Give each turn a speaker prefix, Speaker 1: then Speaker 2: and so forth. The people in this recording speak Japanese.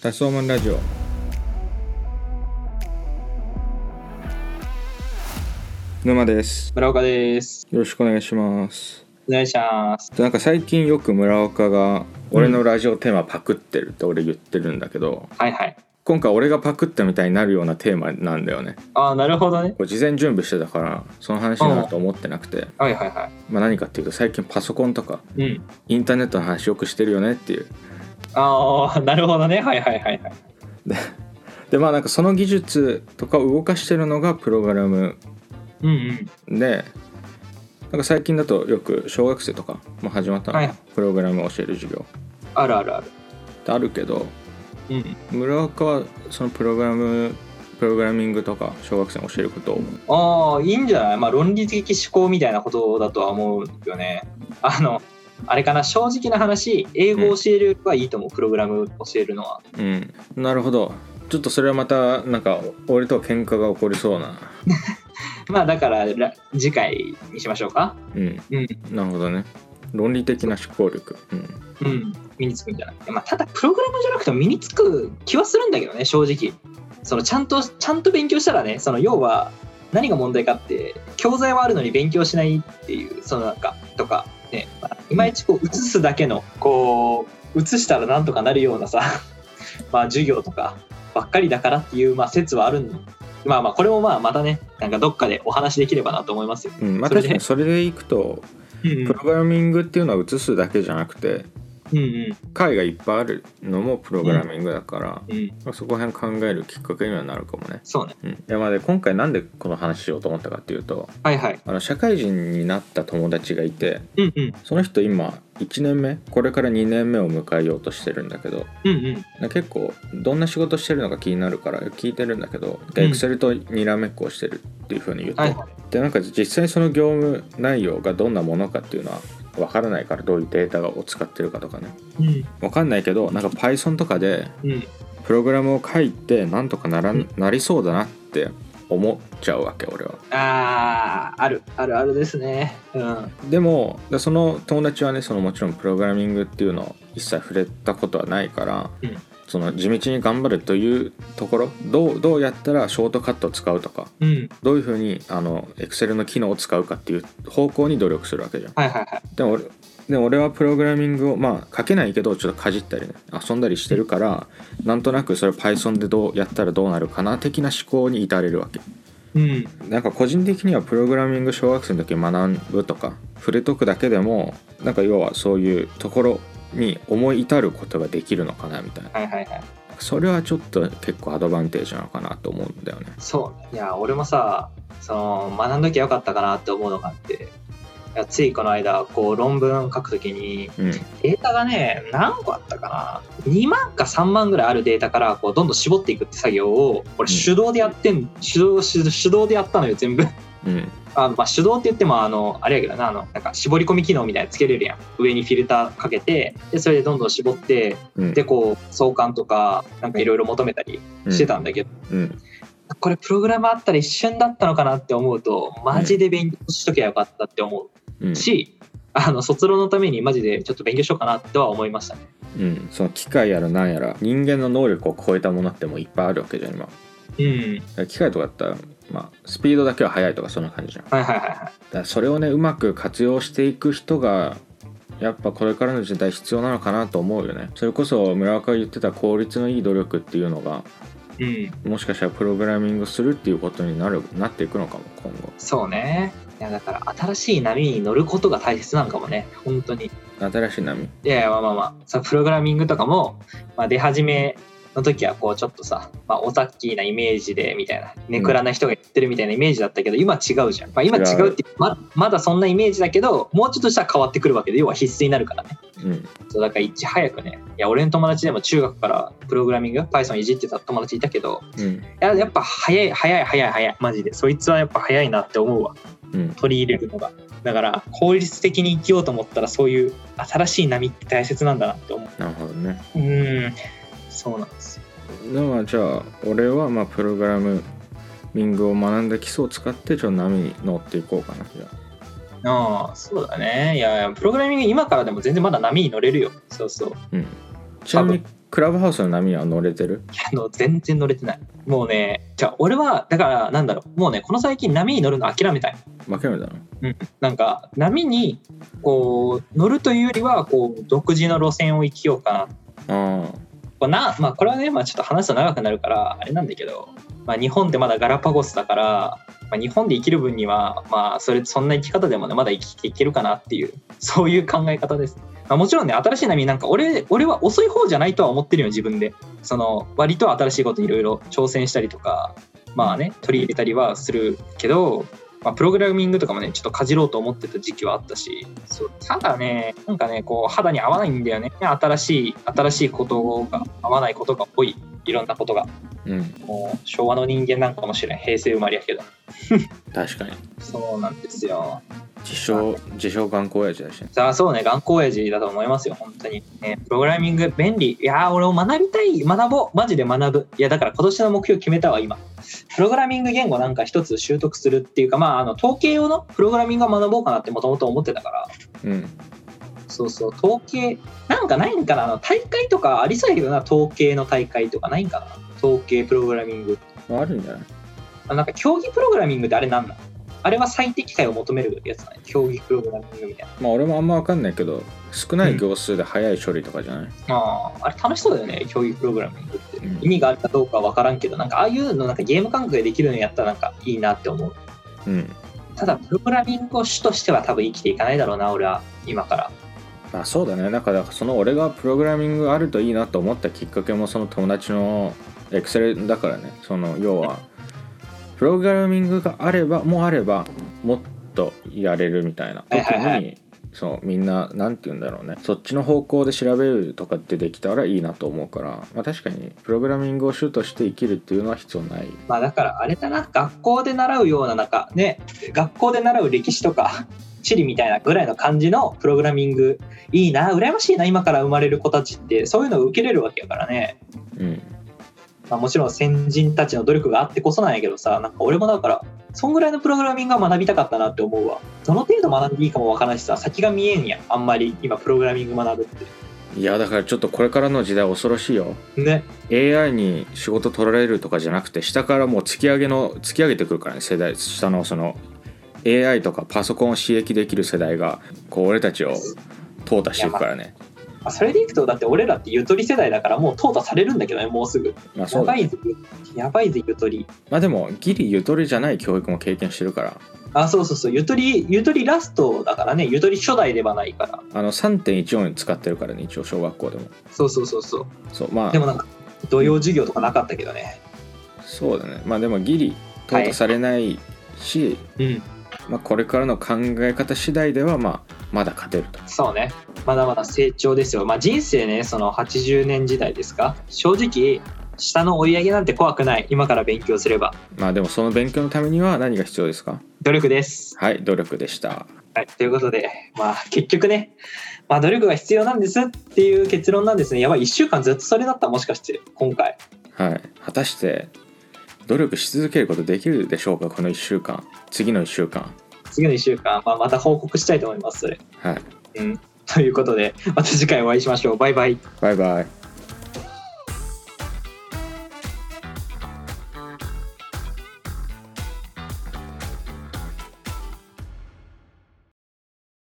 Speaker 1: 脱走マンラジオ沼です
Speaker 2: 村岡です。
Speaker 1: よろしくお願いします
Speaker 2: お願いします。
Speaker 1: なんか最近よく村岡が俺のラジオテーマパクってるって俺言ってるんだけど、
Speaker 2: はいはい。
Speaker 1: 今回俺がパクったみたいになるようなテーマなんだよね
Speaker 2: ああ、なるほどね。
Speaker 1: これ事前準備してたからその話になると思ってなくて、
Speaker 2: はいはいは
Speaker 1: まあ、何かっていうと最近パソコンとか
Speaker 2: い。うん。
Speaker 1: インターネットの話よくしてるよねっていう
Speaker 2: ああ、なるほどね。はいはいはいはい。
Speaker 1: でまあなんかその技術とかを動かしてるのがプログラム
Speaker 2: うんうん。
Speaker 1: でなんか最近だとよく小学生とかも始まったの、
Speaker 2: はい
Speaker 1: プログラムを教える授業
Speaker 2: あるあるある。
Speaker 1: ってあるけど
Speaker 2: うん。
Speaker 1: 村岡はそのプログラムプログラミングとか小学生に教えることを
Speaker 2: ああ、いいんじゃないまあ、論理的思考みたいなことだとは思うよね。あの、あれかな、正直な話、英語を教えるよりはいいと思う、プログラムを教えるのは。
Speaker 1: うんなるほどちょっとそれはまたなんか俺とは喧嘩が起こりそうな
Speaker 2: まあ、だから、ら次回にしましょうか。
Speaker 1: うん
Speaker 2: うん。
Speaker 1: なるほどね論理的な思考力うん
Speaker 2: うん。身につくんじゃなくて。まあ、ただ、プログラムじゃなくても身につく気はするんだけどね、正直。そのちゃんと、ちゃんと勉強したらね、その要は、何が問題かって、教材はあるのに勉強しないっていう、そのなんか、とか、ね、まあいまいちこう、映すだけの、こう、映したらなんとかなるようなさ、 まあ、授業とかばっかりだからっていう、まあ、説はあるんまあまあ、これもまあ、またね、なんかどっかでお話できればなと思いますよ。
Speaker 1: うんまあ
Speaker 2: そ
Speaker 1: 確
Speaker 2: れで
Speaker 1: かにそれでいくと
Speaker 2: うん
Speaker 1: プログラミングっていうのは映すだけじゃなくて
Speaker 2: うん。うん
Speaker 1: 解がいっぱいあるのもプログラミングだから、
Speaker 2: うん。うん。
Speaker 1: まあそこら辺考えるきっかけにはなるかもね。
Speaker 2: そうね。
Speaker 1: うん、いやまあで今回なんでこの話しようと思ったかっていうと
Speaker 2: はいはい。
Speaker 1: あの社会人になった友達がいて
Speaker 2: うんうん。
Speaker 1: その人今1年目これから2年目を迎えようとしてるんだけど
Speaker 2: うんうん。
Speaker 1: な結構どんな仕事してるのか気になるから聞いてるんだけど
Speaker 2: うん
Speaker 1: エクセルとにらめっこをしてるっていうふうに言って、
Speaker 2: はいは
Speaker 1: でなんか実際その業務内容がどんなものかっていうのは分からないからどういうデータを使ってるかとかね
Speaker 2: うん
Speaker 1: 分かんないけどなんか Python とかで
Speaker 2: うん
Speaker 1: プログラムを書いてなんとかなら、
Speaker 2: うん
Speaker 1: なりそうだなって思っちゃうわけ俺は
Speaker 2: あーあるあるあるですねうん
Speaker 1: でもでその友達はねそのもちろんプログラミングっていうのを一切触れたことはないから、
Speaker 2: うん
Speaker 1: その地道に頑張るというところどうどうやったらショートカットを使うとか
Speaker 2: うん
Speaker 1: どういうふうにあの Excel の機能を使うかっていう方向に努力するわけじゃん
Speaker 2: はいはいはい
Speaker 1: でも俺でも俺はプログラミングをまあ書けないけどちょっとかじったりね遊んだりしてるからなんとなくそれ Python でどうやったらどうなるかな的な思考に至れるわけ
Speaker 2: うん
Speaker 1: なんか個人的にはプログラミング小学生の時学ぶとか触れとくだけでもなんか要はそういうところに思い至ることができるのかなみたいな
Speaker 2: はいはいはい
Speaker 1: それはちょっと結構アドバンテージなのかなと思うんだよね
Speaker 2: そういや俺もさその学んどきゃよかったかなって思うのがあっていやついこの間こう論文書くときに
Speaker 1: うん
Speaker 2: データがね何個あったかな2万か3万ぐらいあるデータからこうどんどん絞っていくって作業を俺手動でやってん、手動手手動でやったのよ全部
Speaker 1: うん
Speaker 2: あまあ、手動って言ってもあのあれやけどなあのなんか絞り込み機能みたいなのつけれるやん上にフィルターかけてでそれでどんどん絞って
Speaker 1: うん
Speaker 2: でこう相関とかなんかいろいろ求めたりしてたんだけど、
Speaker 1: うん
Speaker 2: これプログラムあったら一瞬だったのかなって思うとマジで勉強しときゃよかったって思
Speaker 1: うん
Speaker 2: うし、あの卒論のためにマジでちょっと勉強しようかなとは思いましたね
Speaker 1: うんその機械やらなんやら人間の能力を超えたものってもういっぱいあるわけじゃん今だか
Speaker 2: うん
Speaker 1: ら機械とかだったらまあスピードだけは速いとかそんな感じじゃんだ
Speaker 2: はいはいはいはい
Speaker 1: からそれをねうまく活用していく人がやっぱこれからの時代必要なのかなと思うよねそれこそ村岡が言ってた効率のいい努力っていうのが
Speaker 2: うん
Speaker 1: もしかしたらプログラミングするっていうことになるなっていくのかも今後
Speaker 2: そうねいやだから新しい波に乗ることが大切なのかもね本当に
Speaker 1: 新しい波
Speaker 2: いやいやまあまあまあそのプログラミングとかも、まあ、出始めの時はこうちょっとさ、まあ、オタッキーなイメージでみたいなネクラな人が言ってるみたいなイメージだったけど、今違うじゃん、まあ、今違うってままだそんなイメージだけどもうちょっとしたら変わってくるわけで要は必須になるからね
Speaker 1: うん
Speaker 2: そうだからいち早くねいや俺の友達でも中学からプログラミング Python いじってた友達いたけど
Speaker 1: うん
Speaker 2: いややっぱ早い早い早い早いマジでそいつはやっぱ早いなって思うわ
Speaker 1: うん
Speaker 2: 取り入れるのがだから効率的に生きようと思ったらそういう新しい波って大切なんだなって思う
Speaker 1: なるほどね
Speaker 2: うーん、そうなんですよ。
Speaker 1: ではじゃあ俺はまあプログラミングを学んだ基礎を使ってちょっと波に乗っていこうかなじゃあ
Speaker 2: ああ、そうだね。いや、プログラミング今からでも全然まだ波に乗れるよ。そうそう。
Speaker 1: うん、ちなみにクラブハウスの波には乗れてる
Speaker 2: あの全然乗れてないもうねじゃあ俺はだからなんだろうもうねこの最近波に乗るの諦めたい
Speaker 1: 負けるんだな
Speaker 2: なんか波にこう乗るというよりはこう独自の路線を生きようかな
Speaker 1: あ
Speaker 2: まあなまあこれはね、まあ、ちょっと話すと長くなるからあれなんだけど、まあ、日本ってまだガラパゴスだから、まあ、日本で生きる分には、まあ、それそんな生き方でもねまだ生きていけるかなっていうそういう考え方です、まあ、もちろんね新しい波なんか俺俺は遅い方じゃないとは思ってるよ自分でその割と新しいこといろいろ挑戦したりとかまあね取り入れたりはするけどまあ、プログラミングとかもねちょっとかじろうと思ってた時期はあったしそうただねなんかねこう肌に合わないんだよね新しい新しいことが合わないことが多いいろんなことが
Speaker 1: うん
Speaker 2: もう昭和の人間なんかもしれん平成生まれやけど
Speaker 1: 確かに
Speaker 2: そうなんですよ
Speaker 1: 自称自称頑固親父だしね
Speaker 2: さあそうね頑固親父だと思いますよ本当にねプログラミング便利いやー俺も学びたい学ぼうマジで学ぶいやだから今年の目標決めたわ今プログラミング言語なんか一つ習得するっていうかまああの統計用のプログラミングを学ぼうかなってもともと思ってたから
Speaker 1: うん
Speaker 2: そうそう、統計、なんかないんかなあの大会とかありそうやけどな、統計の大会とかないんかな統計プログラミング。
Speaker 1: あるんじゃない
Speaker 2: あなんか競技プログラミングってあれなんだあれは最適解を求めるやつだね。競技プログラミングみたい
Speaker 1: まあ俺もあんま分かんないけど少ない行数で早い処理とかじゃない、
Speaker 2: な。ああ、あれ楽しそうだよね、競技プログラミングって。
Speaker 1: うん
Speaker 2: 意味があるかどうかは分からんけど、なんかああいうのなんかゲーム感覚でできるのやったらなんかいいなって思う。
Speaker 1: うん
Speaker 2: ただ、プログラミングを主としては多分生きていかないだろうな、俺は、今から。
Speaker 1: まあそうだねだからその俺がプログラミングあるといいなと思ったきっかけもその友達のエクセルだからねその要はプログラミングがあればもうあればもっとやれるみたいな
Speaker 2: はい
Speaker 1: 特
Speaker 2: はいはい
Speaker 1: にそうみんな何て言うんだろうねそっちの方向で調べるとかってできたらいいなと思うから、まあ、確かにプログラミングを主として生きるっていうのは必要ない
Speaker 2: まあだからあれだな学校で習うようななんかね学校で習う歴史とか地理みたいなぐらいの感じのプログラミングいいな羨ましいな今から生まれる子たちってそういうのを受けれるわけやからね、
Speaker 1: うん
Speaker 2: まあ、もちろん先人たちの努力があってこそなんやけどさなんか俺もだからそんぐらいのプログラミングは学びたかったなって思うわどの程度学んでいいかもわからんしさ先が見えんやんあんまり今プログラミング学ぶっ
Speaker 1: いやだからちょっとこれからの時代恐ろしいよ
Speaker 2: てね
Speaker 1: AI に仕事取られるとかじゃなくて下からもう突き上げの突き上げてくるからね世代下のその AI とかパソコンを刺激できる世代がこう俺たちを淘汰していくからね
Speaker 2: まあそれでいくとだって俺らってゆとり世代だからもう淘汰されるんだけどねもうすぐ
Speaker 1: まあそ
Speaker 2: や
Speaker 1: うだ
Speaker 2: ば
Speaker 1: ね
Speaker 2: いぜやばいぜゆとり
Speaker 1: まあでもギリゆとりじゃない教育も経験してるから
Speaker 2: あそうそうそうゆとりゆとりラストだからねゆとり初代ではないから
Speaker 1: あの3.1音使ってるからね一応小学校でも
Speaker 2: そうそうそうそう
Speaker 1: そうま
Speaker 2: でも
Speaker 1: あ
Speaker 2: なんか土曜授業とかなかったけどね
Speaker 1: そうだねまあでもギリ淘汰されないし、
Speaker 2: うん
Speaker 1: まあ、これからの考え方次第ではまあまだ勝てると
Speaker 2: そうねまだまだ成長ですよまあ人生ねその80年時代ですか正直下の追い上げなんて怖くない今から勉強すれば
Speaker 1: まあでもその勉強のためには何が必要ですか
Speaker 2: 努力です
Speaker 1: はい努力でした
Speaker 2: はいということでまあ結局ねまあ努力が必要なんですっていう結論なんですねやばい1週間ずっとそれだったもしかして今回
Speaker 1: はい、果たして努力し続けることできるでしょうかこの1週間次の1週間
Speaker 2: 次の1週間、まあ、また報告したいと思いますそれ
Speaker 1: はい
Speaker 2: うんということでまた次回お会いしましょうバイバイ
Speaker 1: バイバイ